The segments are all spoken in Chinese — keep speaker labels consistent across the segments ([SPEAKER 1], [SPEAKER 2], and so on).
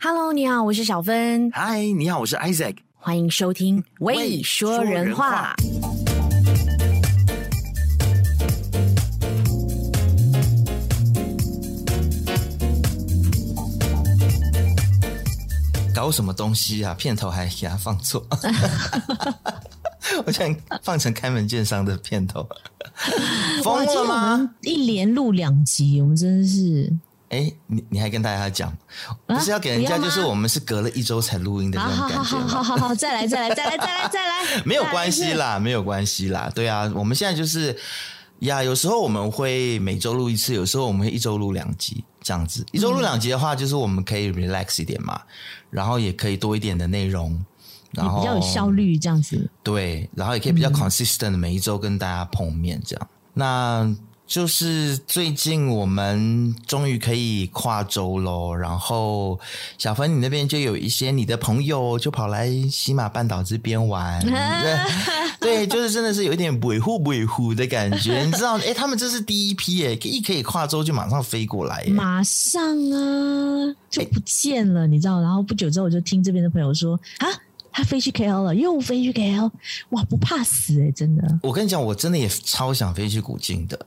[SPEAKER 1] Hello，你好，我是小芬，
[SPEAKER 2] 嗨，你好，我是 Isaac。
[SPEAKER 1] 欢迎收听《
[SPEAKER 2] 喂
[SPEAKER 1] 喂说
[SPEAKER 2] 说
[SPEAKER 1] 人
[SPEAKER 2] 人
[SPEAKER 1] 话
[SPEAKER 2] 话》。搞什么东西啊？片头还给它放错， 我想放成开门见山的片头，
[SPEAKER 3] 哇，
[SPEAKER 2] 疯
[SPEAKER 3] 今天
[SPEAKER 2] 了
[SPEAKER 3] 我
[SPEAKER 2] 吗
[SPEAKER 3] 们？一连录两集，我们真的是
[SPEAKER 2] 哎，你你还跟大家讲，
[SPEAKER 3] 啊
[SPEAKER 2] 不是要给人家
[SPEAKER 3] 不要吗
[SPEAKER 2] 就是我们是隔了一周才录音的
[SPEAKER 3] 好
[SPEAKER 2] 那种
[SPEAKER 3] 好好
[SPEAKER 2] 感觉
[SPEAKER 3] 好
[SPEAKER 2] 吗
[SPEAKER 3] 好？好好，再来再来再来再来再来，
[SPEAKER 2] 没有关系啦，没有关系啦。对啊，我们现在就是呀，有时候我们会每周录一次，有时候我们会一周录两集这样子。一周录两集的话，就是我们可以 relax 一点嘛，然后也可以多一点的内容，
[SPEAKER 3] 也
[SPEAKER 2] 然后
[SPEAKER 3] 比较有效。率这样子。
[SPEAKER 2] 对，然后也可以
[SPEAKER 3] 嗯
[SPEAKER 2] 比较 consistent，的每一周跟大家碰面这样。那就是最近我们终于可以跨州喽，然后小芬你那边就有一些你的朋友就跑来西马半岛这 边玩，对，对就是真的是有一点维护维护的感觉，你知道？哎，他们这是第一批耶，一可以跨州就马上飞过来耶，
[SPEAKER 3] 马上啊，就不见了，你知道？然后不久之后，我就听这边的朋友说啊，他飞去 KL 了，又飞去 KL，哇，不怕死哎、真的。
[SPEAKER 2] 我跟你讲，我真的也超想飞去古晋的，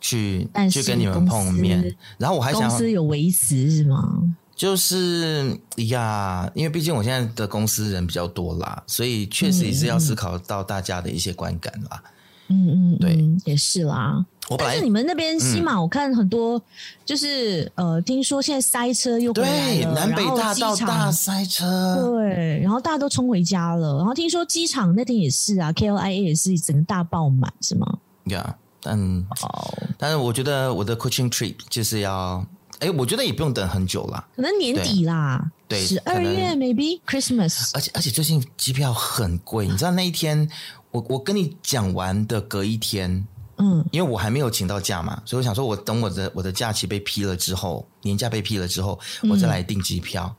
[SPEAKER 2] 去
[SPEAKER 3] 但
[SPEAKER 2] 去
[SPEAKER 3] 是
[SPEAKER 2] 跟你们
[SPEAKER 3] 公
[SPEAKER 2] 碰
[SPEAKER 3] 司
[SPEAKER 2] 面，然后我还想
[SPEAKER 3] 公司有维持是吗？
[SPEAKER 2] 就是哎呀，因为毕竟我现在的公司人比较多啦，所以确实也
[SPEAKER 3] 嗯
[SPEAKER 2] 是要思考到大家的一些观感啦。
[SPEAKER 3] 嗯嗯，
[SPEAKER 2] 对
[SPEAKER 3] 嗯，也是啦。
[SPEAKER 2] 我本
[SPEAKER 3] 但是
[SPEAKER 2] 来嗯
[SPEAKER 3] 你们那边西马，我看很多，就是呃，听说现在塞车又回来
[SPEAKER 2] 对
[SPEAKER 3] 了，
[SPEAKER 2] 南北
[SPEAKER 3] 然后
[SPEAKER 2] 大道
[SPEAKER 3] 机
[SPEAKER 2] 大
[SPEAKER 3] 场
[SPEAKER 2] 塞车，
[SPEAKER 3] 对，然后大家都冲回家了。然后听说机场那天也是啊，KLIA 也是整个大爆满，是吗？
[SPEAKER 2] 呀，但
[SPEAKER 3] 哦，
[SPEAKER 2] 但是我觉得我的 coaching trip 就是要，哎，我觉得也不用等很久啦。
[SPEAKER 3] 可能年底啦，
[SPEAKER 2] 对
[SPEAKER 3] 十
[SPEAKER 2] 对可
[SPEAKER 3] 二
[SPEAKER 2] 能
[SPEAKER 3] 月 maybe Christmas。
[SPEAKER 2] 而且而且最近机票很贵，你知道那一天我我跟你讲完的隔一天，
[SPEAKER 3] 嗯，
[SPEAKER 2] 因为我还没有请到假嘛，所以我想说，我等我的我的假期被批了之后，年假被批了之后，我再来订机票，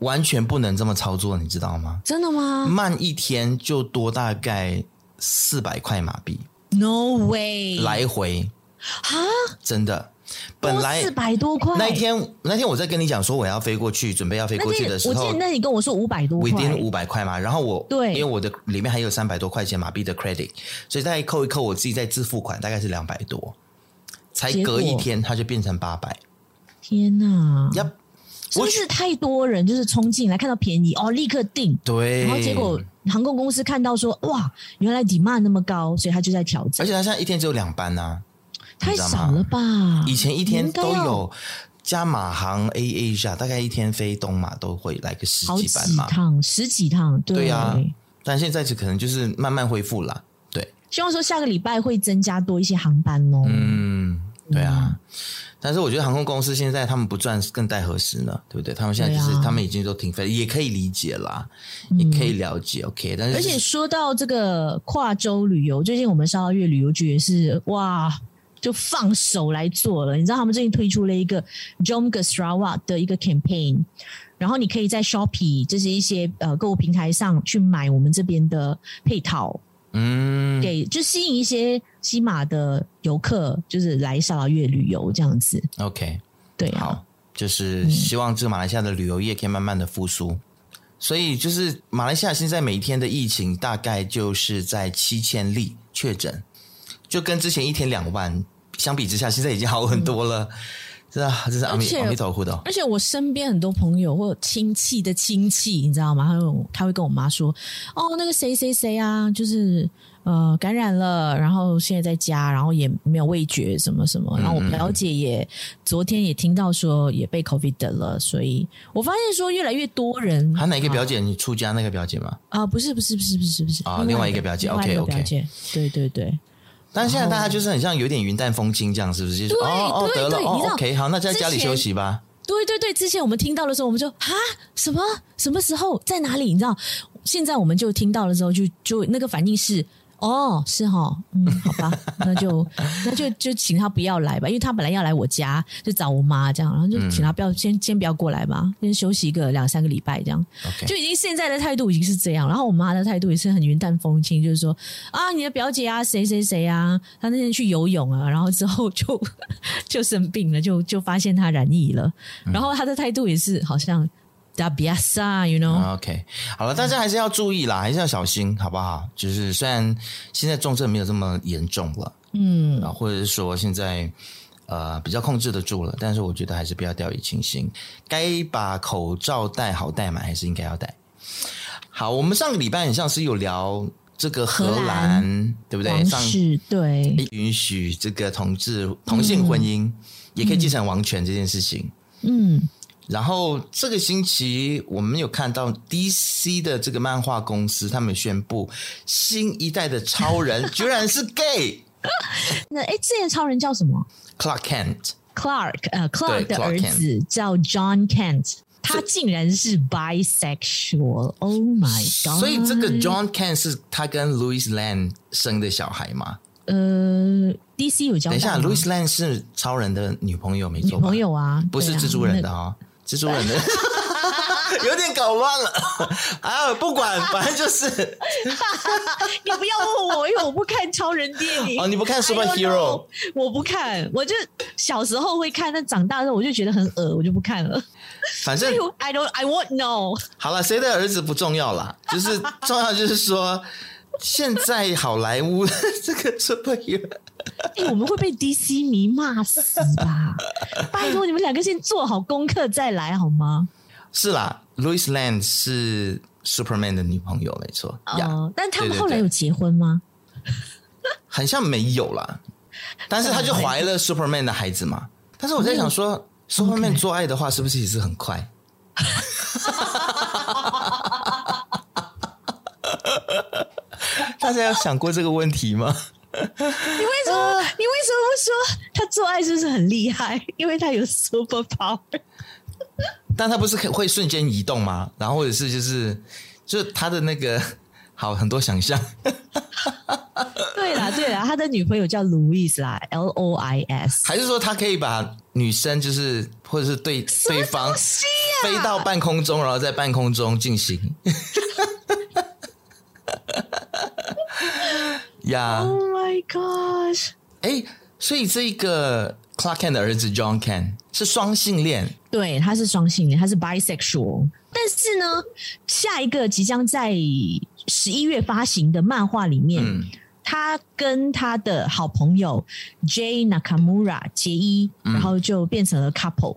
[SPEAKER 2] 完全不能这么操作，你知道吗？
[SPEAKER 3] 真的吗
[SPEAKER 2] 慢一天就多大概四百块马币，
[SPEAKER 3] ？No way！
[SPEAKER 2] 来回
[SPEAKER 3] 啊，
[SPEAKER 2] 真的，本来
[SPEAKER 3] 四百多块
[SPEAKER 2] 那一天那天我在跟你讲说我要飞过去，准备要飞
[SPEAKER 3] 那
[SPEAKER 2] 过去的时
[SPEAKER 3] 我
[SPEAKER 2] 候
[SPEAKER 3] 记得。那你跟我说五百多块
[SPEAKER 2] within 五百块嘛，然后我
[SPEAKER 3] 对
[SPEAKER 2] 因为我的里面还有三百多块钱马币的 credit，所以再扣一扣，我自己再自付款大概是两百多，才
[SPEAKER 3] 结果
[SPEAKER 2] 隔一天它就变成八百，
[SPEAKER 3] 天哪！
[SPEAKER 2] 呀，
[SPEAKER 3] 是不是太多人就是冲进来看到便宜哦，立刻订？
[SPEAKER 2] 对，
[SPEAKER 3] 然后结
[SPEAKER 2] 哎
[SPEAKER 3] 果，航空公司看到说哇，原来 demand 那么高，所以他就在调
[SPEAKER 2] 而
[SPEAKER 3] 整，
[SPEAKER 2] 且他现在一天只有两班呐、
[SPEAKER 3] 太
[SPEAKER 2] 你知道
[SPEAKER 3] 少
[SPEAKER 2] 吗
[SPEAKER 3] 了吧？
[SPEAKER 2] 以前一天
[SPEAKER 3] 啊应该
[SPEAKER 2] 都
[SPEAKER 3] 要
[SPEAKER 2] 有加马航 A A 一下，大概一天飞东马都会来个十
[SPEAKER 3] 好
[SPEAKER 2] 几
[SPEAKER 3] 几
[SPEAKER 2] 班嘛，
[SPEAKER 3] 趟，十几趟，对
[SPEAKER 2] 对啊呀但现在就可能就是慢慢恢复啦，对，
[SPEAKER 3] 希望说下个礼拜会增加多一些航班哦。
[SPEAKER 2] 嗯，对啊。但是我觉得航空公司现在他们不赚更待何时呢？对不对？他们现在就是、
[SPEAKER 3] 对啊嗯
[SPEAKER 2] 他们已经都停飞了，也可以理解啦，也可以了解。OK，但是
[SPEAKER 3] 而且说到这个跨州旅游，最近我们沙拉越旅游局也是哇，就放手来做了。你知道他们最近推出了一个 Jom g a s r a w a 的一个 campaign，然后你可以在 Shopee 就是一些呃购物平台上去买我们这边的配套，
[SPEAKER 2] 嗯，
[SPEAKER 3] 给就吸引一些西马的游客，就是来沙拉越旅游这样子。
[SPEAKER 2] OK，
[SPEAKER 3] 对啊，
[SPEAKER 2] 好，
[SPEAKER 1] 嗯
[SPEAKER 2] 就是希望这个马来西亚的旅游业可以慢慢的复苏。所以就是马来西亚现在每天的疫情大概就是在七千例确诊，就跟之前一天两万相比之下，现在已经好很多了。真的，真是阿
[SPEAKER 1] 嗯
[SPEAKER 2] 弥
[SPEAKER 1] 而且
[SPEAKER 2] 阿弥陀佛的哦。
[SPEAKER 1] 而且我身边很多朋友或亲戚的亲戚，你知道吗？他会他会跟我妈说：“哦，那个谁谁谁啊，就是呃感染了，然后现在在家，然后也没有味觉什么什么。”
[SPEAKER 2] 嗯
[SPEAKER 1] 然后我表姐也、昨天也听到说也被 COVID 得了，所以我发现说越来越多人
[SPEAKER 2] 还哪一个表姐？你出家那个表姐吗？
[SPEAKER 1] 啊、不是不是不是不是不是
[SPEAKER 2] 啊另外一个表姐
[SPEAKER 1] 另外一个
[SPEAKER 2] OK，OK
[SPEAKER 1] 表姐，对对对。
[SPEAKER 2] 但现在大家就是很像有点云淡风轻这样，是不是？就是
[SPEAKER 1] 对
[SPEAKER 2] 哦哦
[SPEAKER 1] 对
[SPEAKER 2] 得了
[SPEAKER 1] 对你知
[SPEAKER 2] 哦
[SPEAKER 1] 道
[SPEAKER 2] ，OK，好，那在家
[SPEAKER 1] 之
[SPEAKER 2] 里
[SPEAKER 1] 前
[SPEAKER 2] 休息吧。
[SPEAKER 1] 对对对，之前我们听到的时候，我们就哈什么什么时候在哪里？你知道，现在我们就听到的时候就，就那个反应是。哦，是哈，嗯，好吧，那就那就就请他不要来吧，因为他本来要来我家，就找我妈这样，然后就请他不要、先先不要过来吧，先休息一个两三个礼拜这样，
[SPEAKER 2] OK，
[SPEAKER 1] 就已经现在的态度已经是这样，然后我妈的态度也是很云淡风轻，就是说啊，你的表姐啊，谁谁谁啊，她那天去游泳啊，然后之后就
[SPEAKER 2] 嗯
[SPEAKER 1] 就生病了，就就发现她染疫了，然后她的态度也是好像 d a b i a s a y o u know，、
[SPEAKER 3] 哦
[SPEAKER 2] OK，好了，大家还是要注意啦，还是要小心，好不好？就是虽然现在重症没有这么严重了，嗯，啊，或者是说现在呃比较控制得住了，但是我觉得还是不要掉以轻心，该把口罩戴好戴满，还是应该要戴。好，我们上个礼拜很像是有聊这个荷兰，
[SPEAKER 3] 荷兰
[SPEAKER 2] 对不对？
[SPEAKER 3] 王
[SPEAKER 2] 上
[SPEAKER 3] 室对，
[SPEAKER 2] 允许这个同志同性婚姻、也可以继承王权这件事情，
[SPEAKER 3] 嗯，
[SPEAKER 2] 然后这个星期我们有看到 DC 的这个漫画公司，他们宣布新一代的 超人居然是 gay
[SPEAKER 3] 那哎，之前超人叫什么
[SPEAKER 2] Clark Kent。
[SPEAKER 3] ？Clark，呃，Clark 的
[SPEAKER 2] Clark
[SPEAKER 3] 儿子叫 John Kent，他竟然是 bisexual。Oh my god！
[SPEAKER 2] 所以这个 John Kent 是他跟 Louis Lane 生的小孩嘛？
[SPEAKER 3] 呃，DC 有交
[SPEAKER 2] 等
[SPEAKER 3] 代
[SPEAKER 2] 一下
[SPEAKER 3] 吗
[SPEAKER 2] ，Louis Lane 是超人的女朋友没
[SPEAKER 3] 女
[SPEAKER 2] 错吧？
[SPEAKER 3] 朋友啊，
[SPEAKER 2] 不是
[SPEAKER 3] 对啊
[SPEAKER 2] 蜘蛛人的哦，蜘 蛛人的有点搞乱了啊！不管，反正就是
[SPEAKER 3] 哎你 不要问我，因为我不看超人电影。
[SPEAKER 2] 哦， 你不看
[SPEAKER 3] I don't
[SPEAKER 2] Superhero，
[SPEAKER 3] know，我不看，我就小时候会看，但长大之后我就觉得很恶，我就不看了。
[SPEAKER 2] 反正
[SPEAKER 3] I don't, I won't know。
[SPEAKER 2] 好了，谁的儿子不重要啦，就是重要就是说，现在好莱坞这个 superhero
[SPEAKER 3] 哎、我们会被 DC 迷骂死 吧？拜托你们两个先做好功课再来好吗？
[SPEAKER 2] 是啦，Louis Land 是 Superman 的女朋友，没错
[SPEAKER 3] 哦、
[SPEAKER 2] 呀
[SPEAKER 3] 但他
[SPEAKER 2] 对
[SPEAKER 3] 们
[SPEAKER 2] 对
[SPEAKER 3] 后来
[SPEAKER 2] 对
[SPEAKER 3] 有结婚吗？
[SPEAKER 2] 很像没有啦，但是她就怀了 Superman 的孩子嘛。但是我在想说、s u p e r m a n 做爱的话是不是也是很快？大家有想过这个问题吗？
[SPEAKER 3] 你为什么、你为什么不说他做爱是不是很厉害？ 因为他有 super power。
[SPEAKER 2] 但它不是可会瞬间移动吗？然后或者是就是就是它的那个好很多想象，
[SPEAKER 3] 对啦对啦，他的女朋友叫 Louis 啦，L O I S。
[SPEAKER 2] 还是说它可以把女生就是或者是对对方
[SPEAKER 3] 西
[SPEAKER 2] 飞到半空中，然后在半空中进行？ 呀，
[SPEAKER 3] Oh my gosh！
[SPEAKER 2] 哎，所以这个 Clark Kent 的儿子 John Kent 是双性恋，
[SPEAKER 3] 对，他是双性恋，他是 bisexual。但是呢，下一个即将在十一月发行的漫画里面，
[SPEAKER 2] 嗯
[SPEAKER 3] 他跟他的好朋友 J Nakamura 结衣，
[SPEAKER 2] 嗯
[SPEAKER 3] 然后就变成了 couple，、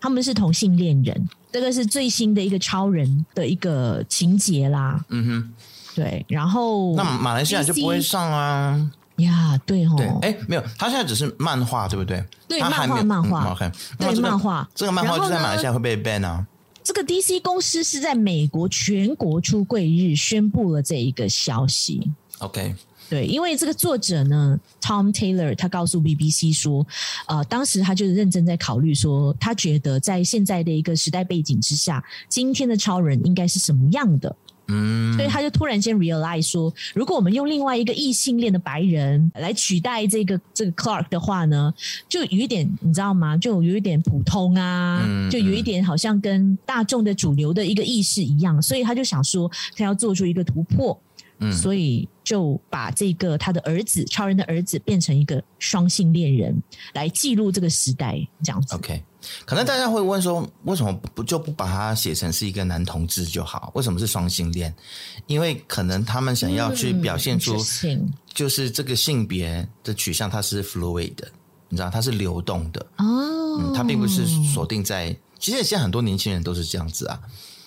[SPEAKER 3] 他们是同性恋人。这个是最新的一个超人的一个情节啦，
[SPEAKER 2] 嗯哼，
[SPEAKER 3] 对。然后
[SPEAKER 2] 那马来西亚就不会
[SPEAKER 3] DC
[SPEAKER 2] 上啊。
[SPEAKER 3] 呀，对嗯哦，
[SPEAKER 2] 对，哎，没有，他现在只是漫画，对不对？
[SPEAKER 3] 对
[SPEAKER 2] 他还没有
[SPEAKER 3] 漫画漫画
[SPEAKER 2] 嗯、，OK，
[SPEAKER 3] 对
[SPEAKER 2] 那这个
[SPEAKER 3] 漫画
[SPEAKER 2] 这个漫画
[SPEAKER 3] 然后
[SPEAKER 2] 就在
[SPEAKER 3] 呢
[SPEAKER 2] 马来西亚会被 ban 啊。
[SPEAKER 3] 这个 DC 公司是在美国全国出柜日宣布了这一个消息。
[SPEAKER 2] OK，
[SPEAKER 3] 对，因为这个作者呢，Tom Taylor，他告诉 BBC 说，呃，当时他就是认真在考虑说，他觉得在现在的一个时代背景之下，今天的超人应该是什么样的，
[SPEAKER 2] 嗯
[SPEAKER 3] 所以他就突然间 realize 说，如果我们用另外一个异性恋的白人来取代这个这个 Clark 的话呢，就有一点你知道吗？就有一点普通啊，
[SPEAKER 2] 嗯
[SPEAKER 3] 就有一点好像跟大众的主流的一个意识一样，所以他就想说，他要做出一个突破。
[SPEAKER 2] 嗯
[SPEAKER 3] 所以就把这个他的儿子，超人的儿子，变成一个双性恋人，来记录这个时代，这样子。
[SPEAKER 2] ，OK，可能大家会问说，为什么不就不把它写成是一个男同志就好？为什么是双性恋？因为可能他们想要去表现出，
[SPEAKER 3] 嗯
[SPEAKER 2] 就是这个性别的取向它是 fluid 的，你知道它是流动的，
[SPEAKER 3] interesting 哦、
[SPEAKER 2] 嗯，它并不是锁定在。其实现在很多年轻人都是这样子啊，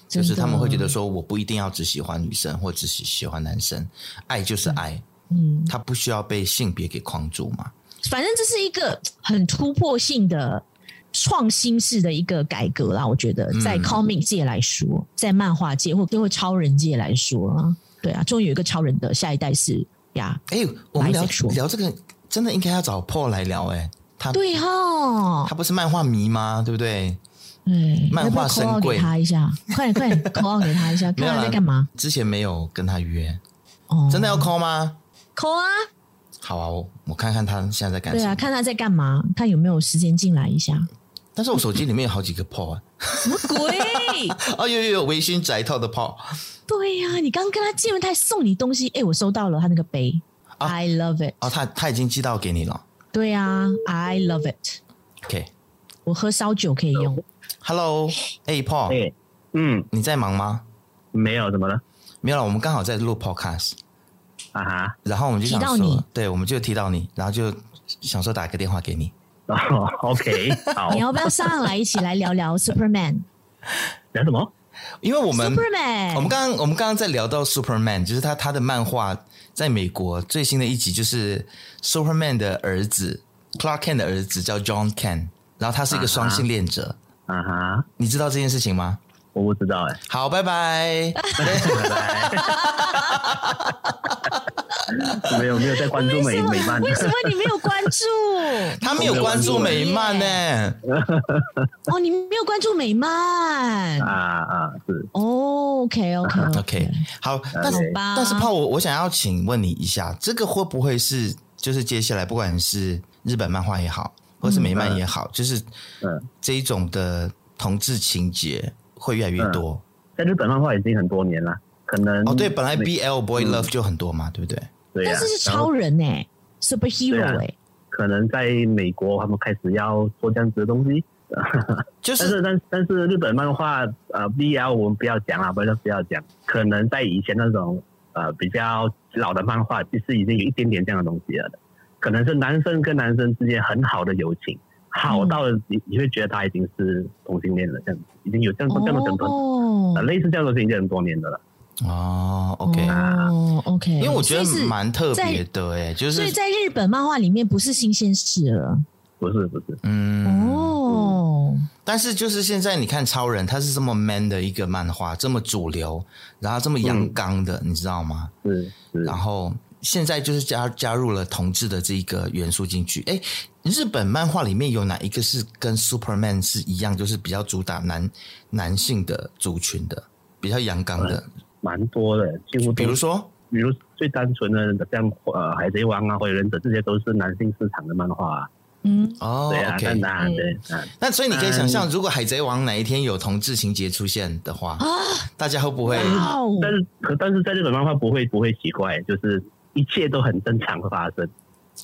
[SPEAKER 2] 就
[SPEAKER 3] 真的
[SPEAKER 2] 是他们会觉得说，我不一定要只喜欢女生或只喜喜欢男生，爱就是爱，
[SPEAKER 3] 嗯，
[SPEAKER 2] 它不需要被性别给框住嘛。
[SPEAKER 3] 反正这是一个很突破性的创新式的一个改革啦，我觉得
[SPEAKER 2] 嗯
[SPEAKER 3] 在 comic 界来说，在漫画界或或超人界来说啊，对啊，终于有一个超人的下一代是呀，
[SPEAKER 2] 哎、我们聊
[SPEAKER 3] Bisexual
[SPEAKER 2] 聊这个，真的应该要找 Paul 来聊哎、他
[SPEAKER 3] 对哈、哦
[SPEAKER 2] 他不是漫画迷吗？对不对？
[SPEAKER 3] 对，
[SPEAKER 2] 漫画神
[SPEAKER 3] 要不要 call out
[SPEAKER 2] 棍
[SPEAKER 3] 给他一下，快点快 点 call out 给他一下，
[SPEAKER 2] 没
[SPEAKER 3] 看
[SPEAKER 2] 有
[SPEAKER 3] 他
[SPEAKER 2] 啦
[SPEAKER 3] 在干嘛？
[SPEAKER 2] 之前没有跟他约，
[SPEAKER 3] 哦，
[SPEAKER 2] 真的要 call 吗？
[SPEAKER 3] call 啊，
[SPEAKER 2] 好啊，我我看看他现在在干
[SPEAKER 3] 对
[SPEAKER 2] 什么。
[SPEAKER 3] 啊，看他在干嘛，看有没有时间进来一 下。
[SPEAKER 2] 但是我手机里面有好几个 Paul 啊，
[SPEAKER 3] 什么鬼？
[SPEAKER 2] 哦有有有微醺宅套的 Paul，
[SPEAKER 3] 对呀、你刚跟他见面，他还送你东西，哎，我收到了他那个杯、
[SPEAKER 2] 啊
[SPEAKER 3] i love it。
[SPEAKER 2] 哦他他已经寄到给你了。
[SPEAKER 3] 对呀、i love it。我喝烧酒可以用。
[SPEAKER 2] 哦 OK，Hello，哎、Paul，
[SPEAKER 4] 哎嗯，
[SPEAKER 2] 你在忙吗？
[SPEAKER 4] 没有怎么了？
[SPEAKER 2] 没有了，我们刚好在录 podcast，
[SPEAKER 4] 啊哈，
[SPEAKER 2] 然后我们就想
[SPEAKER 3] 提到
[SPEAKER 2] 说
[SPEAKER 3] 你，
[SPEAKER 2] 对，我们就提到你，然后就想说打个电话给你。
[SPEAKER 4] 哦，OK，好
[SPEAKER 3] 你，要不要上来一起来聊 聊 Superman？
[SPEAKER 4] 聊什么？
[SPEAKER 2] 因为我们
[SPEAKER 3] Superman
[SPEAKER 2] 我们刚刚我们刚刚在聊到 Superman，就是他他的漫画在美国最新的一集就是 Superman 的儿子 Clark Kent 的儿子叫 John Kent，然后他是一个双性恋者，
[SPEAKER 4] 啊哈，
[SPEAKER 2] 你知道这件事情吗？
[SPEAKER 4] 我不知道 哎、
[SPEAKER 2] 好，拜拜。
[SPEAKER 4] 没有没有在关注美美漫，
[SPEAKER 3] 为什么你没有关注？
[SPEAKER 2] 他没有关注美漫呢、
[SPEAKER 3] 哦，你没有关注美漫。
[SPEAKER 4] 啊啊是
[SPEAKER 3] 哦，OK OK
[SPEAKER 2] 啊 OK，好，但
[SPEAKER 4] 好
[SPEAKER 2] 是
[SPEAKER 3] 吧
[SPEAKER 2] 但是怕我我想要请问你一下，这个会不会是就是接下来不管是日本漫画也好，或是美漫也好，就是
[SPEAKER 4] 嗯
[SPEAKER 2] 这一种的同志情节会越来越多？
[SPEAKER 4] 在日本漫画已经很多年了，可能
[SPEAKER 2] 哦，对，本来
[SPEAKER 4] 美嗯
[SPEAKER 2] BL boy love 就很多嘛，对不对？啊
[SPEAKER 4] 对呀、
[SPEAKER 3] 但是是
[SPEAKER 4] 然后
[SPEAKER 3] 超人哎、s u p e r h e r
[SPEAKER 4] 对
[SPEAKER 3] o
[SPEAKER 4] 啊
[SPEAKER 3] 哎、
[SPEAKER 4] 可能在美国他们开始要做这样子的东西，
[SPEAKER 2] 就
[SPEAKER 4] 但
[SPEAKER 2] 是
[SPEAKER 4] 是但但是日本漫画呃 BL 我们不要讲了，不要不要讲，可能在以前那种呃比较老的漫画，其实已经有一点点这样的东西了的，可能是男生跟男生之间很好的友情，好到
[SPEAKER 2] 嗯
[SPEAKER 4] 了你你会觉得他已经是同性恋了，这样子已经有这样这样的等等、
[SPEAKER 3] 哦
[SPEAKER 4] 呃类似这样的东西已经很多年的了，
[SPEAKER 2] 哦，OK，
[SPEAKER 4] 嗯
[SPEAKER 3] 哦，OK，
[SPEAKER 2] 因为我觉得
[SPEAKER 3] 所以是
[SPEAKER 2] 蛮特别的诶，就
[SPEAKER 3] 所以
[SPEAKER 2] 是
[SPEAKER 3] 在日本漫画里面不是新鲜事了、
[SPEAKER 4] 不是不是，
[SPEAKER 2] 嗯。
[SPEAKER 3] 哦。
[SPEAKER 2] 但是就是现在，你看超人，他是这么 man 的一个漫画，这么主流，然后这么阳刚的，
[SPEAKER 4] 嗯
[SPEAKER 2] 你知道吗？
[SPEAKER 4] 是是
[SPEAKER 2] 然后现在就是加加入了同志的这一个元素进去。哎，日本漫画里面有哪一个是跟 Superman 是一样，就是比较主打男男性的族群的，比较阳刚
[SPEAKER 4] 呃
[SPEAKER 2] 的？
[SPEAKER 4] 蛮多的，几乎都
[SPEAKER 2] 比如说，
[SPEAKER 4] 比如最单纯的像呃海贼王啊或者忍者这些都是男性市场的漫画、啊，
[SPEAKER 3] 嗯，
[SPEAKER 2] 哦
[SPEAKER 4] 对啊，那
[SPEAKER 2] ，OK，嗯
[SPEAKER 4] 那对啊。
[SPEAKER 2] 那所以你可以想象，如果海贼王哪一天有同志情节出现的
[SPEAKER 3] 啊
[SPEAKER 2] 话，大家会不会？
[SPEAKER 3] 哇哦，
[SPEAKER 4] 但是可但是在日本漫画不会不会奇怪，就是一切都很正常的发生。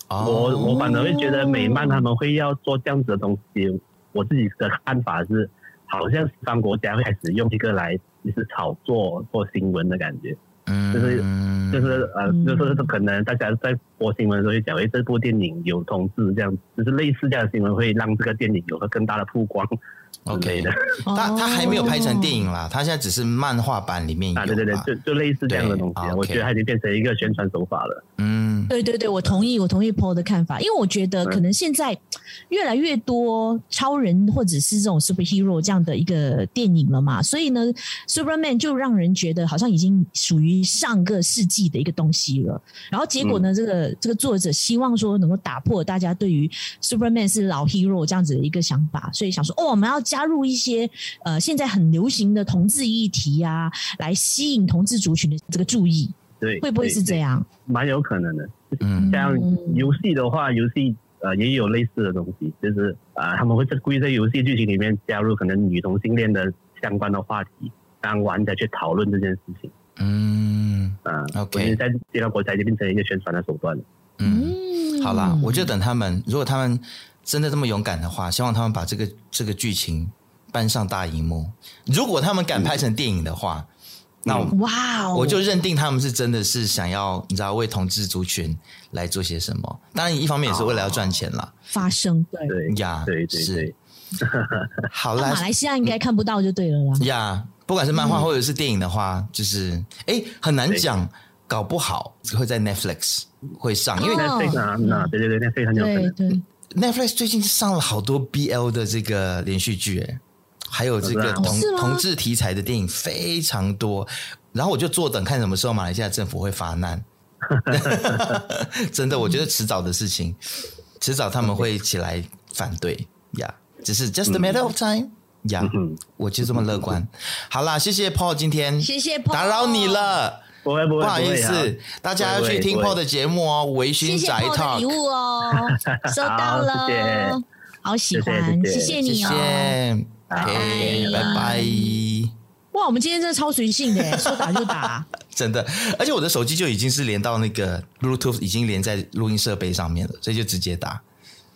[SPEAKER 4] 我
[SPEAKER 2] 哦，
[SPEAKER 4] 我反而会觉得美漫他们会要做这样子的东西，我自己的看法是，好像西方国家会开始用一个来就是炒作做新闻的感觉，
[SPEAKER 2] 嗯
[SPEAKER 4] 就是就是呃
[SPEAKER 3] 嗯
[SPEAKER 4] 就是可能大家在播新闻的时候会讲，哎，这部电影有同志这样，就是类似这样的新闻会让这个电影有个更大的曝光之类
[SPEAKER 2] OK
[SPEAKER 4] 的。
[SPEAKER 3] 哦
[SPEAKER 2] 他他还没有拍成电
[SPEAKER 3] 影。
[SPEAKER 2] 影啦，他现在只是漫画版里面有
[SPEAKER 4] 啊，对对对
[SPEAKER 2] 吧，
[SPEAKER 4] 就就类似这样的东西
[SPEAKER 2] 对啊
[SPEAKER 4] 啊，我觉得
[SPEAKER 2] OK
[SPEAKER 4] 它已经变成一个宣传手法了。
[SPEAKER 2] 嗯，
[SPEAKER 3] 对对对，我同意，我同意 Paul 的看法，因为我觉
[SPEAKER 4] 嗯
[SPEAKER 3] 得可能现在越来越多超人或者是这种 superhero 这样的一个电影了嘛，所以呢，Superman 就让人觉得好像已经属于上个世纪的一个东西了。然后结果
[SPEAKER 4] 嗯
[SPEAKER 3] 呢，这个这个作者希望说能够打破大家对于 Superman 是老 hero 这样子的一个想法，所以想说哦，我们要加入一些呃现在很流行的同志议题啊，来吸引同志族群的这个注意，
[SPEAKER 4] 对，
[SPEAKER 3] 会不会
[SPEAKER 4] 对
[SPEAKER 3] 是这？样？
[SPEAKER 4] 对蛮有可能的。
[SPEAKER 2] 嗯
[SPEAKER 4] 像
[SPEAKER 3] 嗯
[SPEAKER 4] 游戏的话，游戏呃也有类似的东西，就是呃他们会在故意在游戏剧情里面加入可能女同性恋的相关的话题，让玩家去讨论这件事情。
[SPEAKER 2] 嗯
[SPEAKER 4] 嗯、呃，我觉得
[SPEAKER 2] OK
[SPEAKER 4] 在其他国家已经变成一个宣传的手段了。
[SPEAKER 2] 嗯，
[SPEAKER 3] 嗯
[SPEAKER 2] 好啦，我就等他们，如果他们真的这么勇敢的话，希望他们把这个这个剧情搬上大荧幕。如果他们敢拍成电影的话，那我
[SPEAKER 3] 哇哦，
[SPEAKER 2] 我就认定他们是真的是想要你知道为同志族群来做些什么。当然，一方面也是为了要赚钱啦。
[SPEAKER 3] 发生对。
[SPEAKER 4] 对
[SPEAKER 2] 呀，
[SPEAKER 4] 对对
[SPEAKER 2] 是
[SPEAKER 4] 对，
[SPEAKER 2] 好
[SPEAKER 3] 那
[SPEAKER 2] 啦
[SPEAKER 3] 马，来西亚应该看不到就对了啦。
[SPEAKER 2] 呀不管是漫画或者是电影的话，就是哎很难
[SPEAKER 4] 对
[SPEAKER 2] 讲，搞不好会在 Netflix 会上，因为
[SPEAKER 3] 哦
[SPEAKER 4] 那非常那对对对，那非常
[SPEAKER 2] 嗯
[SPEAKER 4] 有可
[SPEAKER 3] 对
[SPEAKER 4] 能。
[SPEAKER 3] 嗯对，
[SPEAKER 2] Netflix 最近上了好多 BL 的这个连续剧，哎，还有这个
[SPEAKER 4] 哦
[SPEAKER 2] 同
[SPEAKER 3] 是吗
[SPEAKER 2] 同志题材的电影非常多。然后我就坐等看什么时候马来西亚政府会发难， 真的，我觉得迟早的事情，迟早他们会起来反对呀只是 just a matter of time 呀、
[SPEAKER 4] 嗯
[SPEAKER 2] 我就这么乐观。好啦，谢谢 Paul 今天
[SPEAKER 3] 谢谢 Paul
[SPEAKER 2] 打扰你了，
[SPEAKER 4] 不会不
[SPEAKER 2] 不
[SPEAKER 4] 会，
[SPEAKER 2] 好意
[SPEAKER 4] 不会
[SPEAKER 2] 思
[SPEAKER 4] 啊，
[SPEAKER 2] 大家要去听
[SPEAKER 4] 不会
[SPEAKER 2] Paul 的节目哦，微
[SPEAKER 3] 谢
[SPEAKER 2] 醺
[SPEAKER 3] 谢
[SPEAKER 2] 宅
[SPEAKER 3] Paul 的
[SPEAKER 2] talk
[SPEAKER 3] 礼。物哦，收到
[SPEAKER 4] 好谢
[SPEAKER 3] 了
[SPEAKER 4] 谢，
[SPEAKER 3] 好喜
[SPEAKER 4] 谢谢
[SPEAKER 3] 欢，
[SPEAKER 4] 谢
[SPEAKER 3] 谢
[SPEAKER 4] 谢
[SPEAKER 3] 谢
[SPEAKER 2] 谢
[SPEAKER 3] 你
[SPEAKER 2] 谢
[SPEAKER 3] 哦。
[SPEAKER 2] ，OK，拜
[SPEAKER 3] 拜
[SPEAKER 2] 拜。
[SPEAKER 3] 哇，我们今天真的超随性的，说打就 打。
[SPEAKER 2] 真的，而且我的手机就已经是连到那个 Bluetooth，已经连在录音设备上面了，所以就直接打。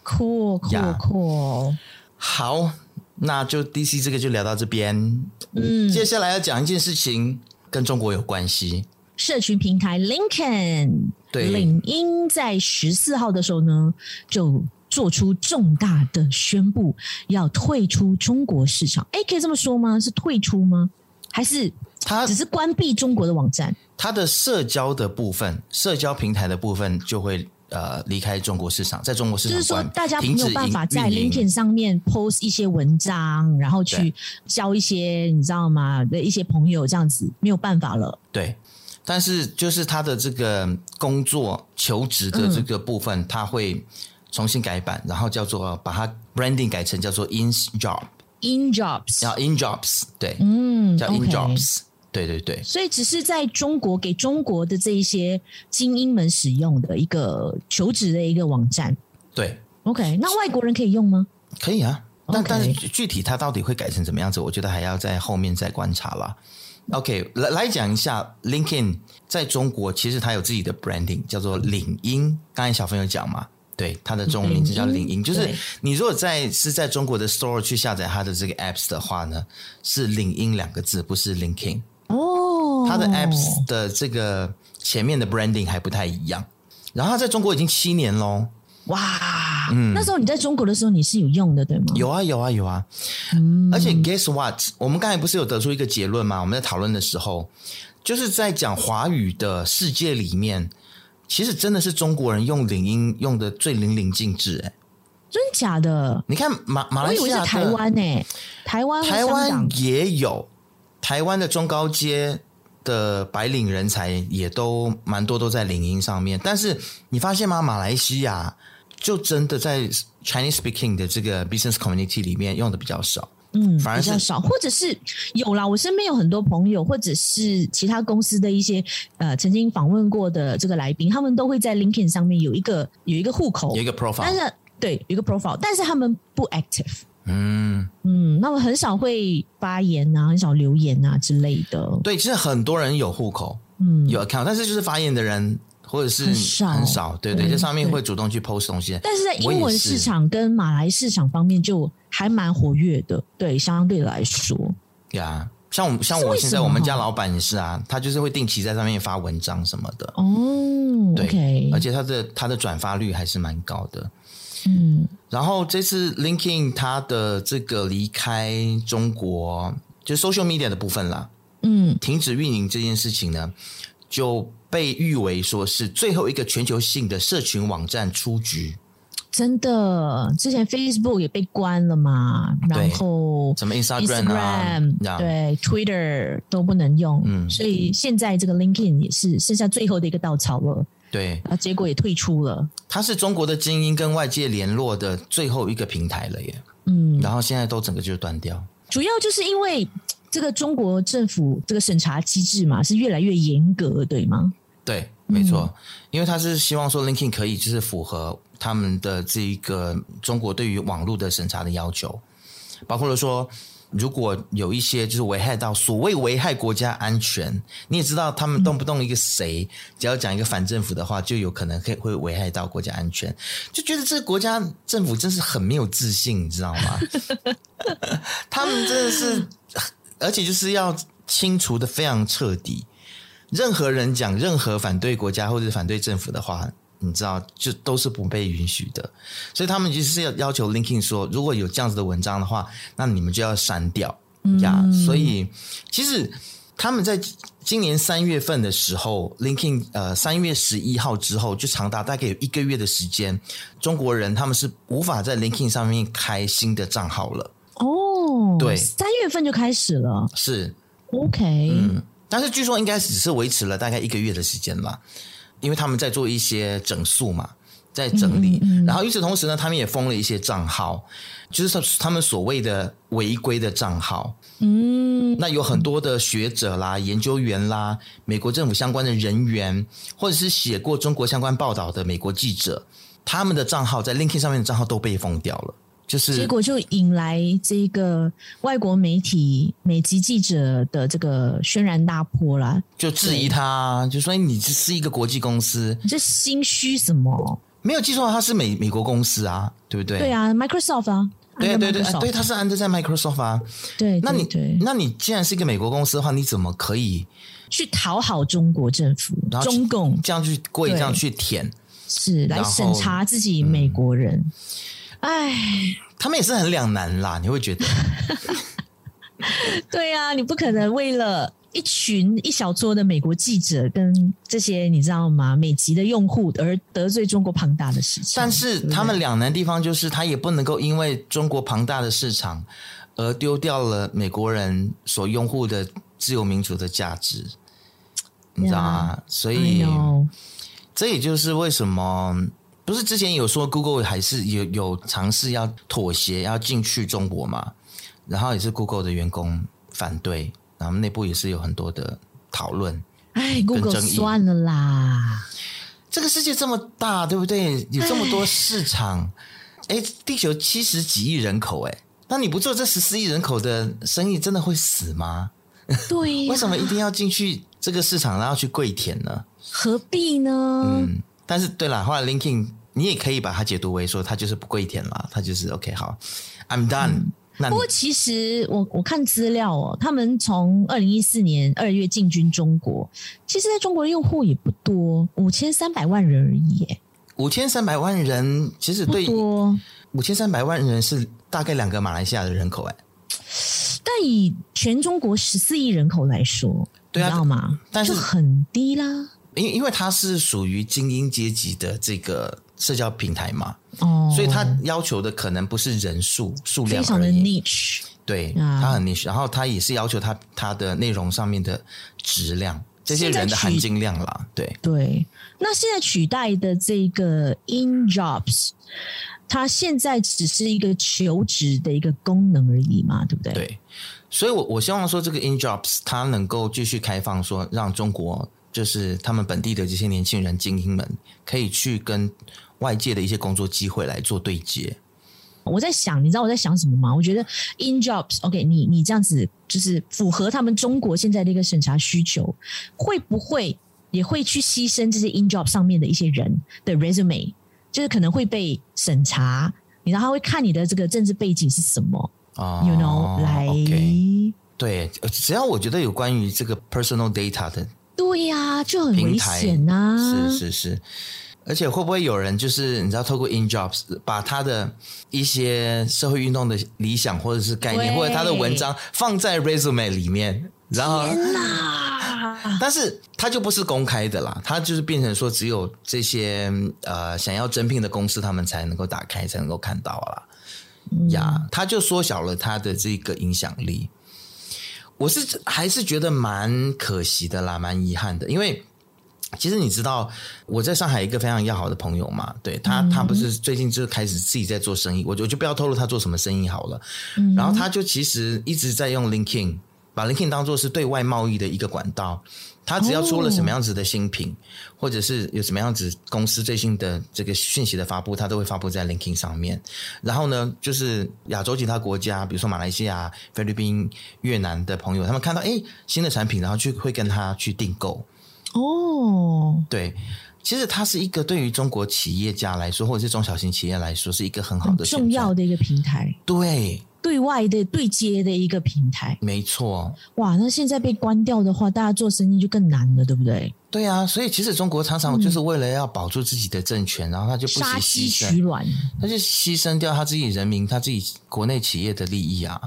[SPEAKER 3] 酷酷
[SPEAKER 2] 呀
[SPEAKER 3] 酷！
[SPEAKER 2] 好，那就 DC 这个就聊到这边。嗯，接下来要讲一件事情跟中国有关系。
[SPEAKER 3] 社群平台 Lincoln
[SPEAKER 2] 对
[SPEAKER 3] 领英在十四号的时候呢，就做出重大的宣布，要退出中国市场。哎，可以这么说吗？是退出吗？还是
[SPEAKER 2] 它
[SPEAKER 3] 只是关闭中国的网站？
[SPEAKER 2] 它的社交的部分，社交平台的部分就会呃离开中国市场，在中国市
[SPEAKER 3] 就
[SPEAKER 2] 场
[SPEAKER 3] 是说，
[SPEAKER 2] 关
[SPEAKER 3] 大家没
[SPEAKER 2] 停止
[SPEAKER 3] 有办法
[SPEAKER 2] 营
[SPEAKER 3] 在
[SPEAKER 2] 运营
[SPEAKER 3] LinkedIn 上面 post 一些文章，然后去
[SPEAKER 2] 对
[SPEAKER 3] 交一些你知道吗？的一些朋友这样子，没有办法了。
[SPEAKER 2] 对，但是就是他的这个工作求职的
[SPEAKER 3] 嗯
[SPEAKER 2] 这个部分，他会重新改版，然后叫做把它 branding 改成叫做 in job，
[SPEAKER 3] In jobs，
[SPEAKER 2] 然后 in jobs，对，
[SPEAKER 3] 嗯，
[SPEAKER 2] 叫 in
[SPEAKER 3] OK
[SPEAKER 2] jobs，对对对，
[SPEAKER 3] 所以只是在中国给中国的这一些精英们使用的一个求职的一个网站。
[SPEAKER 2] 对，
[SPEAKER 3] OK，那外国人可以用吗？
[SPEAKER 2] 可以啊。但
[SPEAKER 3] OK
[SPEAKER 2] 但是具体它到底会改成怎么样子，我觉得还要在后面再观察啦。OK，来来讲一下 LinkedIn 在中国其实它有自己的 branding，叫做领英。刚才小芬有讲嘛，对，它的中文名字叫领
[SPEAKER 3] 领
[SPEAKER 2] 英。
[SPEAKER 3] 英
[SPEAKER 2] 就是
[SPEAKER 3] 对
[SPEAKER 2] 你如果在是在中国的 Store 去下载它的这个 Apps 的话呢，是领英两个字，不是 LinkedIn。
[SPEAKER 3] 哦，
[SPEAKER 2] 它的 Apps 的这个前面的 branding 还不太一样。然后它在中国已经七年喽，
[SPEAKER 3] 哇，那时候你在中国的时候你是有用的对吗？
[SPEAKER 2] 有啊，有啊，有啊。
[SPEAKER 3] 嗯
[SPEAKER 2] 而且 guess what？我们刚才不是有得出一个结论吗？我们在讨论的时候，就是在讲华语的世界里面，其实真的是中国人用领英用的最淋漓尽致。哎，
[SPEAKER 3] 真假的？
[SPEAKER 2] 你看马马
[SPEAKER 3] 我
[SPEAKER 2] 来
[SPEAKER 3] 以
[SPEAKER 2] 西
[SPEAKER 3] 为是
[SPEAKER 2] 亚的
[SPEAKER 3] 台湾呢、台湾、
[SPEAKER 2] 台
[SPEAKER 3] 香
[SPEAKER 2] 湾
[SPEAKER 3] 港
[SPEAKER 2] 也有，台湾的中高阶的白领人才也都蛮多都在领英上面，但是你发现吗？马来西亚就真的在 Chinese speaking 的这个 business community 里面用的比较少，
[SPEAKER 3] 嗯，
[SPEAKER 2] 反而
[SPEAKER 3] 比较
[SPEAKER 2] 是
[SPEAKER 3] 少，或者是有啦。我身边有很多朋友，或者是其他公司的一些呃曾经访问过的这个来宾，他们都会在 LinkedIn 上面有一个有一个户口，
[SPEAKER 2] 有一个 profile，
[SPEAKER 3] 但是对有一个 profile，但是他们不 active，
[SPEAKER 2] 嗯，
[SPEAKER 3] 嗯，那么很少会发言啊，很少留言啊之类的，
[SPEAKER 2] 对，其实很多人有户口，
[SPEAKER 3] 嗯，
[SPEAKER 2] 有 account，但是就是发言的人或者是
[SPEAKER 3] 很少
[SPEAKER 2] 对对，
[SPEAKER 3] 对
[SPEAKER 2] 这上面
[SPEAKER 3] 对
[SPEAKER 2] 会主动去 post 东西。
[SPEAKER 3] 但是在
[SPEAKER 2] 我
[SPEAKER 3] 英
[SPEAKER 2] 也
[SPEAKER 3] 文
[SPEAKER 2] 是
[SPEAKER 3] 市场跟马来市场方面就还蛮活跃的，对，相对来说，
[SPEAKER 2] 呀像我们像
[SPEAKER 3] 是
[SPEAKER 2] 我
[SPEAKER 3] 为
[SPEAKER 2] 现
[SPEAKER 3] 什
[SPEAKER 2] 在我们
[SPEAKER 3] 么
[SPEAKER 2] 家老板也是啊，他就是会定期在上面发文章什么的，
[SPEAKER 3] 哦
[SPEAKER 2] 对
[SPEAKER 3] ，OK，
[SPEAKER 2] 而且他的他的转发率还是蛮高的。
[SPEAKER 3] 嗯，
[SPEAKER 2] 然后这次 LinkedIn 它的这个离开中国，就是 social media 的部分啦，
[SPEAKER 3] 嗯，
[SPEAKER 2] 停止运营这件事情呢，就被誉为说是最后一个全球性的社群网站出局。
[SPEAKER 3] 真的，之前 Facebook 也被关了嘛，
[SPEAKER 2] 对
[SPEAKER 3] 然后
[SPEAKER 2] 什么 Instagram 啊
[SPEAKER 3] Instagram，、
[SPEAKER 2] 那
[SPEAKER 3] 对 Twitter 都不能用，
[SPEAKER 2] 嗯
[SPEAKER 3] 所以现在这个 LinkedIn 也是剩下最后的一个稻草了，
[SPEAKER 2] 对，
[SPEAKER 3] 啊，结果也退出了，
[SPEAKER 2] 它是中国的精英跟外界联络的最后一个平台了耶。
[SPEAKER 3] 嗯，
[SPEAKER 2] 然后现在都整个就断掉。
[SPEAKER 3] 主要就是因为这个中国政府这个审查机制嘛是越来越严格，对吗？
[SPEAKER 2] 对，没错，因为他是希望说 LinkedIn 可以就是符合他们的这一个中国对于网络的审查的要求，包括了说。如果有一些就是危害到所谓危害国家安全，你也知道他们动不动一个谁，只要讲一个反政府的话，就有可能可以会危害到国家安全，就觉得这个国家政府真是很没有自信，你知道吗？他们真的是，而且就是要清除的非常彻底。任何人讲任何反对国家或者反对政府的话，你知道，就都是不被允许的。所以他们就是要要求 LinkedIn 说，如果有这样子的文章的话，那你们就要删掉呀。所以其实他们在今年三月份的时候，LinkedIn 呃三月十一号之后，就长达大概有一个月的时间，中国人他们是无法在 LinkedIn 上面开新的账号了。
[SPEAKER 3] 哦，
[SPEAKER 2] 对
[SPEAKER 3] 三月份就开始了
[SPEAKER 2] 是，
[SPEAKER 3] ，OK，、
[SPEAKER 2] 嗯，但是据说应该只是维持了大概一个月的时间啦，因为他们在做一些整肃嘛，在整理。然后与此同时呢，他们也封了一些账号，就是他他们所谓的违规的账号。嗯，那有很多的学者啦、研究员啦、美国政府相关的人员，或者是写过中国相关报道的美国记者，他们的账号在 LinkedIn 上面的账号都被封掉了。就是
[SPEAKER 3] 结果就引来这个外国媒体、美籍记者的这个轩然大波啦。
[SPEAKER 2] 就质疑他，就说哎你只是一个国际公司，
[SPEAKER 3] 你这心虚什么？
[SPEAKER 2] 没有记错，它是美美国公司啊，对不对？
[SPEAKER 3] 对啊，Microsoft 啊
[SPEAKER 2] 对对对，
[SPEAKER 3] Microsoft
[SPEAKER 2] 对，他是安德在 Microsoft 啊。
[SPEAKER 3] 对，
[SPEAKER 2] 那你
[SPEAKER 3] 对对
[SPEAKER 2] 那你既然是一个美国公司的话，你怎么可以
[SPEAKER 3] 去讨好中国政府
[SPEAKER 2] 然、后去
[SPEAKER 3] 中共
[SPEAKER 2] 这样去跪，
[SPEAKER 3] 对
[SPEAKER 2] 这样去舔？
[SPEAKER 3] 是来
[SPEAKER 2] 然后嗯
[SPEAKER 3] 审查自己美国人？哎，
[SPEAKER 2] 他们也是很两难啦，你 会觉得
[SPEAKER 3] 对啊，你不可能为了一群一小撮的美国记者跟这些你知道吗？美籍的用户而得罪中国庞大的事情。
[SPEAKER 2] 但是他们两难的地方就是，他也不能够因为中国庞大的市场而丢掉了美国人所拥护的自由民主的价值，你知道吗？所
[SPEAKER 3] I
[SPEAKER 2] 以
[SPEAKER 3] know，
[SPEAKER 2] 这也就是为什么。不是之前有说 Google 还是有有尝试要妥协，要进去中国嘛？然后也是 Google 的员工反对，然后内部也是有很多的讨论。
[SPEAKER 3] 哎，Google
[SPEAKER 2] 争议
[SPEAKER 3] 算了啦。
[SPEAKER 2] 这个世界这么大，对不对？有这么多市场，哎，地球七十几亿人口，哎，那你不做这十四亿人口的生意，真的会死吗？
[SPEAKER 3] 对呀、
[SPEAKER 2] 为什么一定要进去这个市场，然后去跪舔呢？
[SPEAKER 3] 何必呢？
[SPEAKER 2] 嗯，但是对啦，后来 LinkedIn 你也可以把它解读为说，它就是不跪舔啦，它就是 OK 好，I'm done、
[SPEAKER 3] 嗯不
[SPEAKER 2] 那你
[SPEAKER 3] 过其实我我看资料哦，他们从二零一四年二月进军中国，其实在中国的用户也不多，五千三百万人而已耶，
[SPEAKER 2] 五千三百万人，其实
[SPEAKER 3] 不
[SPEAKER 2] 对
[SPEAKER 3] 多。
[SPEAKER 2] 五千三百万人是大概两个马来西亚的人口、哎，
[SPEAKER 3] 但以全中国十四亿人口来说，
[SPEAKER 2] 对啊
[SPEAKER 3] 你知道吗？
[SPEAKER 2] 但是
[SPEAKER 3] 就很低啦。
[SPEAKER 2] 因因为它是属于精英阶级的这个社交平台嘛，
[SPEAKER 3] 哦，
[SPEAKER 2] 所以它要求的可能不是人数数量
[SPEAKER 3] 非常
[SPEAKER 2] 而
[SPEAKER 3] 的
[SPEAKER 2] 已，
[SPEAKER 3] niche。
[SPEAKER 2] 对，
[SPEAKER 3] 啊
[SPEAKER 2] 它很 niche，然后它也是要求它它的内容上面的质量，这些
[SPEAKER 3] 现在
[SPEAKER 2] 人的
[SPEAKER 3] 取
[SPEAKER 2] 含金量啦，对，
[SPEAKER 3] 对，那现在取代的这个 In Jobs，它现在只是一个求职的一个功能而已嘛，对不对？
[SPEAKER 2] 对，所以我我希望说，这个 InJobs 它能够继续开放，说让中国就是他们本地的这些年轻人精英们，可以去跟外界的一些工作机会来做对接。
[SPEAKER 3] 我在想，你知道我在想什么吗？我觉得 in jobs OK，你你这样子就是符合他们中国现在的一个审查需求，会不会也会去牺牲这些 in job 上面的一些人的 resume，就是可能会被审查，你知道他会看你的这个政治背景是什么、
[SPEAKER 2] 哦
[SPEAKER 3] y o u know，来
[SPEAKER 2] OK，对，呃只要我觉得有关于这个 personal data 的
[SPEAKER 3] 对呀、就很
[SPEAKER 2] 平
[SPEAKER 3] 危
[SPEAKER 2] 台，
[SPEAKER 3] 险啊呐、
[SPEAKER 2] 是是是。而且会不会有人就是你知道，透过 InJobs 把他的一些社会运动的理想或者是概念，
[SPEAKER 3] 对
[SPEAKER 2] 或者他的文章放在 resume 里面，然后
[SPEAKER 3] 天哪！
[SPEAKER 2] 但是它就不是公开的啦，它就是变成说只有这些呃想要征聘的公司，他们才能够打开，才能够看到啦。呀，它就缩小了它的这个影响力。我是还是觉得蛮可惜的啦，蛮遗憾的，因为其实你知道我在上海一个非常要好的朋友嘛，对他，他不是最近就开始自己在做生意，我就我就不要透露他做什么生意好了。然后他就其实一直在用 LinkedIn，把 LinkedIn 当做是对外贸易的一个管道。他只要出了什么样子的新品，或者是有什么样子公司最新的这个讯息的发布，他都会发布在 LinkedIn 上面。然后呢，就是亚洲其他国家，比如说马来西亚、菲律宾、越南的朋友，他们看到诶新的产品，然后去会跟他去订购。
[SPEAKER 3] 哦，
[SPEAKER 2] 对，其实它是一个对于中国企业家来说，或者是中小型企业来说，是一个很好
[SPEAKER 3] 很
[SPEAKER 2] 的选
[SPEAKER 3] 重
[SPEAKER 2] 择
[SPEAKER 3] 要。的一个平台，
[SPEAKER 2] 对，
[SPEAKER 3] 对外的对接的一个平台。
[SPEAKER 2] 没错。
[SPEAKER 3] 哇，那现在被关掉的话，大家做生意就更难了，对不对？
[SPEAKER 2] 对啊，所以其实中国常常就是为了要保住自己的政权，然后他就不
[SPEAKER 3] 嗯杀鸡
[SPEAKER 2] 惜牺
[SPEAKER 3] 取
[SPEAKER 2] 牲，
[SPEAKER 3] 卵，
[SPEAKER 2] 他就牺牲掉他自己人民、他自己国内企业的利益啊。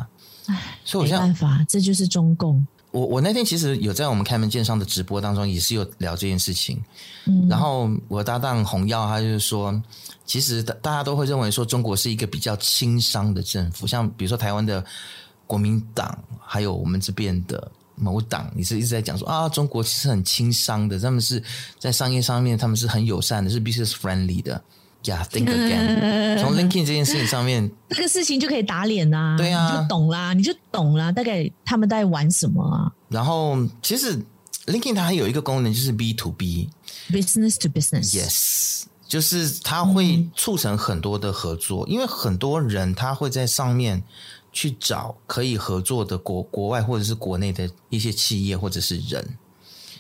[SPEAKER 2] 所以我
[SPEAKER 3] 没
[SPEAKER 2] 像
[SPEAKER 3] 办法，这就是中共。
[SPEAKER 2] 我我那天其实有在我们开门见山的直播当中也是有聊这件事情，
[SPEAKER 3] 嗯
[SPEAKER 2] 然后我搭档红耀他就是说，其实大大家都会认为说中国是一个比较轻商的政府，像比如说台湾的国民党，还有我们这边的某党，你是一直在讲说啊，中国其实很轻商的，他们是在商业上面他们是很友善的，是 business friendly 的。Yeah, think again。从 LinkedIn 这件事情上面，
[SPEAKER 3] 这个事情就可以打脸啦、
[SPEAKER 2] 对啊
[SPEAKER 3] 你就懂啦，你就懂啦，大概他们在玩什么啊
[SPEAKER 2] 然后其实 LinkedIn 它还有一个功能就是 B to B，
[SPEAKER 3] ？Business to business，
[SPEAKER 2] Yes，就是它会促成很多的合作，因为很多人他会在上面去找可以合作的国国外或者是国内的一些企业或者是人。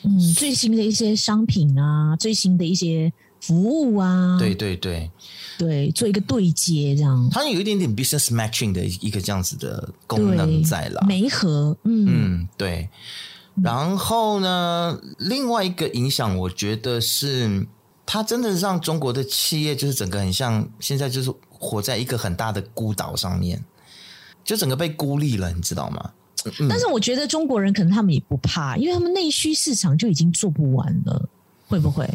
[SPEAKER 3] 嗯，最新的一些商品啊，最新的一些服务啊，
[SPEAKER 2] 对对对，
[SPEAKER 3] 对，做一个对接这样。
[SPEAKER 2] 它有一点点 business matching 的一个这样子的功能在啦。
[SPEAKER 3] 媒合，嗯，
[SPEAKER 2] 嗯，对。然后呢，另外一个影响，我觉得是它真的让中国的企业就是整个很像现在就是活在一个很大的孤岛上面，就整个被孤立了，你知道吗？嗯
[SPEAKER 3] 但是我觉得中国人可能他们也不怕，因为他们内需市场就已经做不完了，会不 会？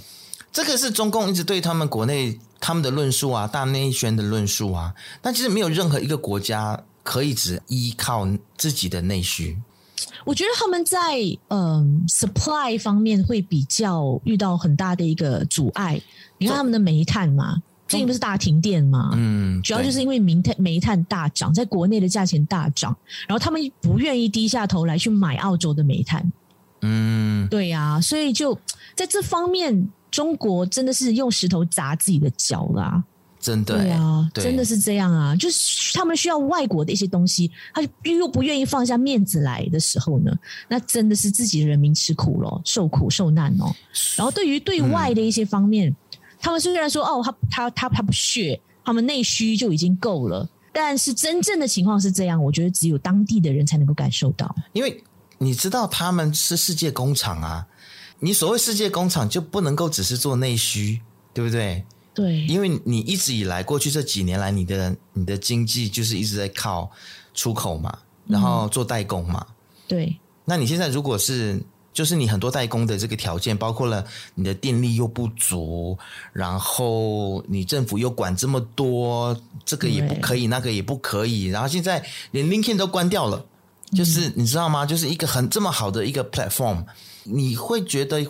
[SPEAKER 2] 这个是中共一直对他们国内他们的论述啊，大内宣的论述啊，但其实没有任何一个国家可以只依靠自己的内需。
[SPEAKER 3] 我觉得他们在嗯、supply 方面会比较遇到很大的一个阻碍。你看他们的煤炭嘛，最近不是大停电嘛，
[SPEAKER 2] 嗯，
[SPEAKER 3] 主要就
[SPEAKER 2] 对
[SPEAKER 3] 是因为煤炭煤炭大涨，在国内的价钱大涨，然后他们不愿意低下头来去买澳洲的煤炭。
[SPEAKER 2] 嗯，
[SPEAKER 3] 对呀、所以就在这方面，中国真的是用石头砸自己的脚啦。
[SPEAKER 2] 真的、
[SPEAKER 3] 对啊，
[SPEAKER 2] 对
[SPEAKER 3] 真的是这样啊，就是他们需要外国的一些东西，他就又不愿意放下面子来的时候呢，那真的是自己的人民吃苦咯，受苦受难哦。然后对于对外的一些方面，他们虽然说哦，他他他他不屑，他们内需就已经够了。但是真正的情况是这样，我觉得只有当地的人才能够感受到。
[SPEAKER 2] 因为你知道他们是世界工厂啊，你所谓世界工厂就不能够只是做内需，对不对？
[SPEAKER 3] 对，
[SPEAKER 2] 因为你一直以来过去这几年来，你的你的经济就是一直在靠出口嘛，然后做代工嘛。
[SPEAKER 3] 对，
[SPEAKER 2] 那你现在如果是就是你很多代工的这个条件，包括了你的电力又不足，然后你政府又管这么多，这个也不可以，那个也不可以，然后现在连 LinkedIn 都关掉了，就是、你知道吗？就是一个很这么好的一个 platform，你会觉得。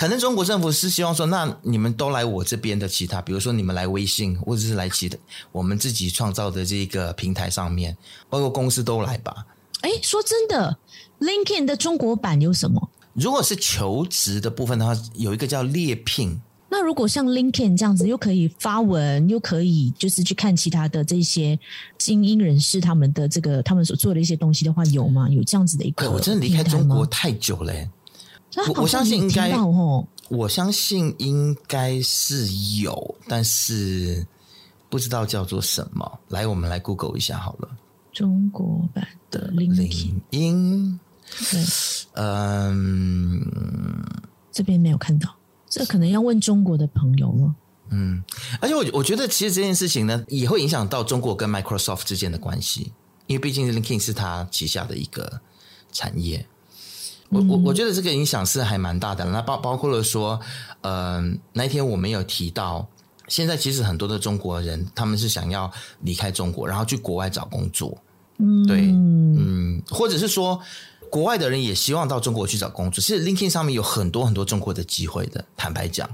[SPEAKER 2] 可能中国政府是希望说，那你们都来我这边的其他，比如说你们来微信，或者是来其他我们自己创造的这个平台上面，包括公司都来吧。
[SPEAKER 3] 哎，说真的，LinkedIn 的中国版有什么？
[SPEAKER 2] 如果是求职的部分的话，有一个叫猎聘，
[SPEAKER 3] 那如果像 LinkedIn 这样子，又可以发文，又可以就是去看其他的这些精英人士他们的这个他们所做的一些东西的话，有吗？有这样子的一
[SPEAKER 2] 哎，
[SPEAKER 3] 个？
[SPEAKER 2] 我真的离开中国，太久了、我我相信应该
[SPEAKER 3] 哦。
[SPEAKER 2] 我相信应该是有，但是不知道叫做什么。来，我们来 Google 一下好了。
[SPEAKER 3] 中国版的 LinkedIn，
[SPEAKER 2] 领英，
[SPEAKER 3] 对，
[SPEAKER 2] 嗯
[SPEAKER 3] 这边没有看到，这可能要问中国的朋友了。
[SPEAKER 2] 嗯，而且我我觉得其实这件事情呢，也会影响到中国跟 Microsoft 之间的关系，因为毕竟 LinkedIn 是它旗下的一个产业。我我我觉得这个影响是还蛮大的。那包包括了说，嗯、那一天我们有提到，现在其实很多的中国人他们是想要离开中国，然后去国外找工作。
[SPEAKER 3] 嗯，
[SPEAKER 2] 对，嗯，或者是说，国外的人也希望到中国去找工作。其实 LinkedIn 上面有很多很多中国的机会的，坦白讲。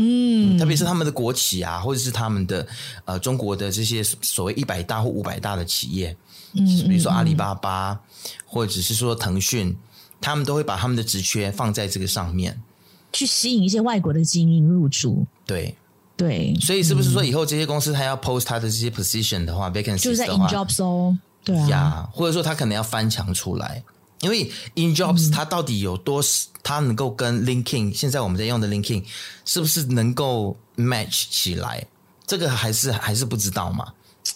[SPEAKER 3] 嗯，
[SPEAKER 2] 特别是他们的国企啊，或者是他们的呃中国的这些所谓一百大或五百大的企业，嗯，比如说阿里巴巴，或者是说腾讯，他们都会把他们的职缺放在这个上面。
[SPEAKER 3] 去吸引一些外国的精英入驻。
[SPEAKER 2] 对，
[SPEAKER 3] 对，
[SPEAKER 2] 所以是不是说以后这些公司它要 post 它的这些 position 的话
[SPEAKER 3] 嗯就是
[SPEAKER 2] ，vacancies
[SPEAKER 3] 在
[SPEAKER 2] 的
[SPEAKER 3] In
[SPEAKER 2] 话，
[SPEAKER 3] Jobs 哦，对啊，
[SPEAKER 2] 呀，或者说它可能要翻墙出来，因为 In
[SPEAKER 3] 嗯
[SPEAKER 2] Jobs 它到底有多，它能够跟 LinkedIn 现在我们在用的 LinkedIn 是不是能够 match 起来？这个还是还是不知道嘛。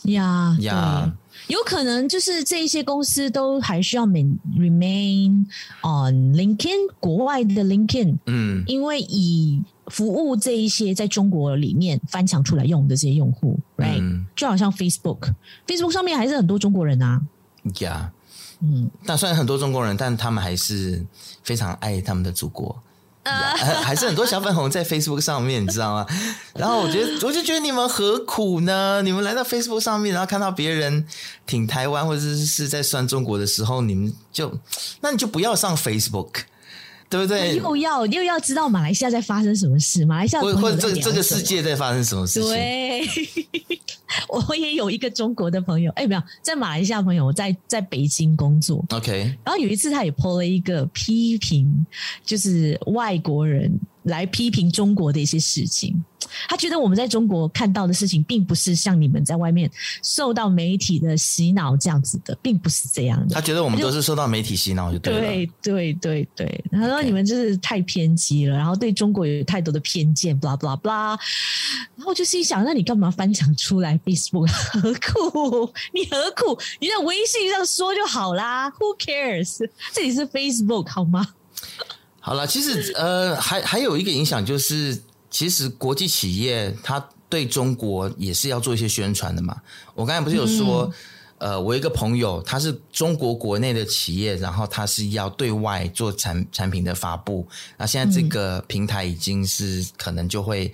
[SPEAKER 3] 呀
[SPEAKER 2] 呀
[SPEAKER 3] 对有可能就是这一些公司都还需要 remain- remain on LinkedIn 国外的 LinkedIn，
[SPEAKER 2] 嗯，
[SPEAKER 3] 因为以服务这一些在中国里面翻墙出来用的这些用户，right？、
[SPEAKER 2] 嗯
[SPEAKER 3] 就好像 Facebook，Facebook 上面还是很多中国人啊，
[SPEAKER 2] 呀，
[SPEAKER 3] 嗯，
[SPEAKER 2] 但虽然很多中国人，但他们还是非常爱他们的祖国。
[SPEAKER 3] 啊
[SPEAKER 2] 呀还还是很多小粉红在 Facebook 上面，你知道吗？然后我 觉得，我就觉得你们何苦呢？你们来到 Facebook 上面，然后看到别人挺台湾或者是是在酸中国的时候，你们就那你就不要上 Facebook，对不对？
[SPEAKER 3] 又要又要知道马来西亚在发生什么事，马来西亚的
[SPEAKER 2] 或
[SPEAKER 3] 朋
[SPEAKER 2] 或
[SPEAKER 3] 友
[SPEAKER 2] 者
[SPEAKER 3] 在
[SPEAKER 2] 这个
[SPEAKER 3] 聊
[SPEAKER 2] 这个
[SPEAKER 3] 什
[SPEAKER 2] 世
[SPEAKER 3] 么
[SPEAKER 2] 界在发生什么事情？
[SPEAKER 3] 对， 我也有一个中国的朋友，哎，没有，在马来西亚朋友，在在北京工作。
[SPEAKER 2] OK，
[SPEAKER 3] 然后有一次，他也 PO 了一个批评，就是外国人来批评中国的一些事情。他觉得我们在中国看到的事情，并不是像你们在外面受到媒体的洗脑这样子的，并不是这样的。
[SPEAKER 2] 他觉得我们都是受到媒体洗脑就对了。
[SPEAKER 3] 对对对对，他说你们就是太偏激了，然后对中国有太多的偏见，blah blah blah。然后我就心想，那你干嘛翻墙出来？Facebook 何苦？你何苦？你在微信上说就好啦，Who cares？这里是 Facebook 好吗？
[SPEAKER 2] 好了，其实呃，还还有一个影响就是，其实国际企业它对中国也是要做一些宣传的嘛。我刚才不是有说，呃，我有一个朋友他是中国国内的企业，然后他是要对外做产产品的发布，那现在这个平台已经是可能就会。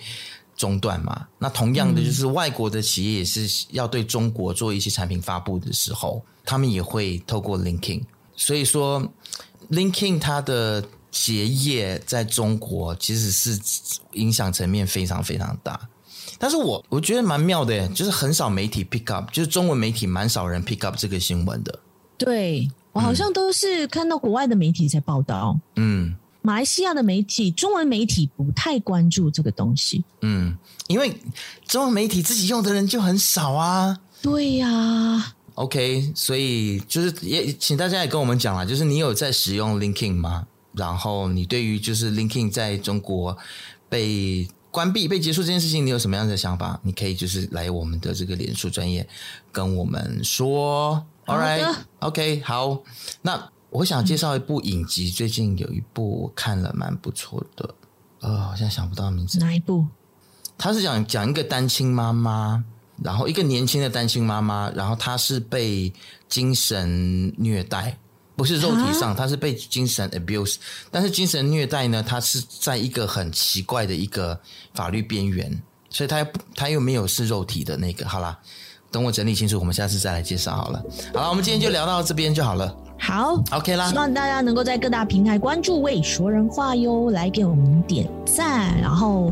[SPEAKER 2] 中断嘛，那同样的就是外国的企业也是要对中国做一些产品发布的时候，他们也会透过 LinkedIn，所以说 LinkedIn 它的结业在中国其实是影响层面非常非常大。但是我我觉得蛮妙的耶，就是很少媒体 pick up，就是中文媒体蛮少人 pick up 这个新闻的。
[SPEAKER 3] 对我好像都是看到国外的媒体在报道，
[SPEAKER 2] 嗯
[SPEAKER 3] 马来西亚的媒体、中文媒体不太关注这个东西。
[SPEAKER 2] 嗯，因为中文媒体自己用的人就很少啊。
[SPEAKER 3] 对呀、
[SPEAKER 2] OK，所以就是也请大家也跟我们讲啦，就是你有在使用 LinkedIn 吗？然后你对于就是 LinkedIn 在中国被关闭、被结束这件事情，你有什么样的想法？你可以就是来我们的这个脸书专业跟我们说。All
[SPEAKER 3] 的
[SPEAKER 2] right，OK，、好。那我想介绍一部影集，最近有一部我看了蛮不错的，呃，好像想不到名字。
[SPEAKER 3] 哪一部？
[SPEAKER 2] 他是讲讲一个单亲妈妈，然后一个年轻的单亲妈妈，然后她是被精神虐待，不是肉体上，她是被精神 abuse，但是精神虐待呢，她是在一个很奇怪的一个法律边缘，所以她她又没有是肉体的那个。好啦，等我整理清楚，我们下次再来介绍好了。好了，我们今天就聊到这边就好了
[SPEAKER 3] 好，
[SPEAKER 2] ，OK 啦
[SPEAKER 3] 希。望大家能够在各大平台关注“为说人话”哟，来给我们点赞，然后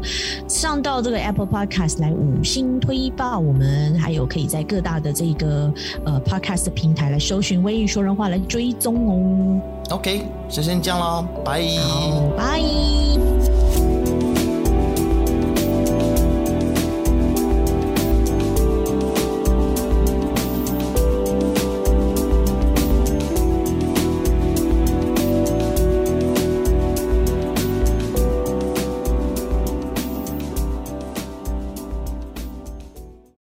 [SPEAKER 3] 上到这个 Apple Podcast 来五星推爆我们，还有可以在各大的这个呃 Podcast 的平台来搜寻“为说人话”来追踪哦。哦
[SPEAKER 2] OK，就先这样喽，拜。
[SPEAKER 3] 好，拜。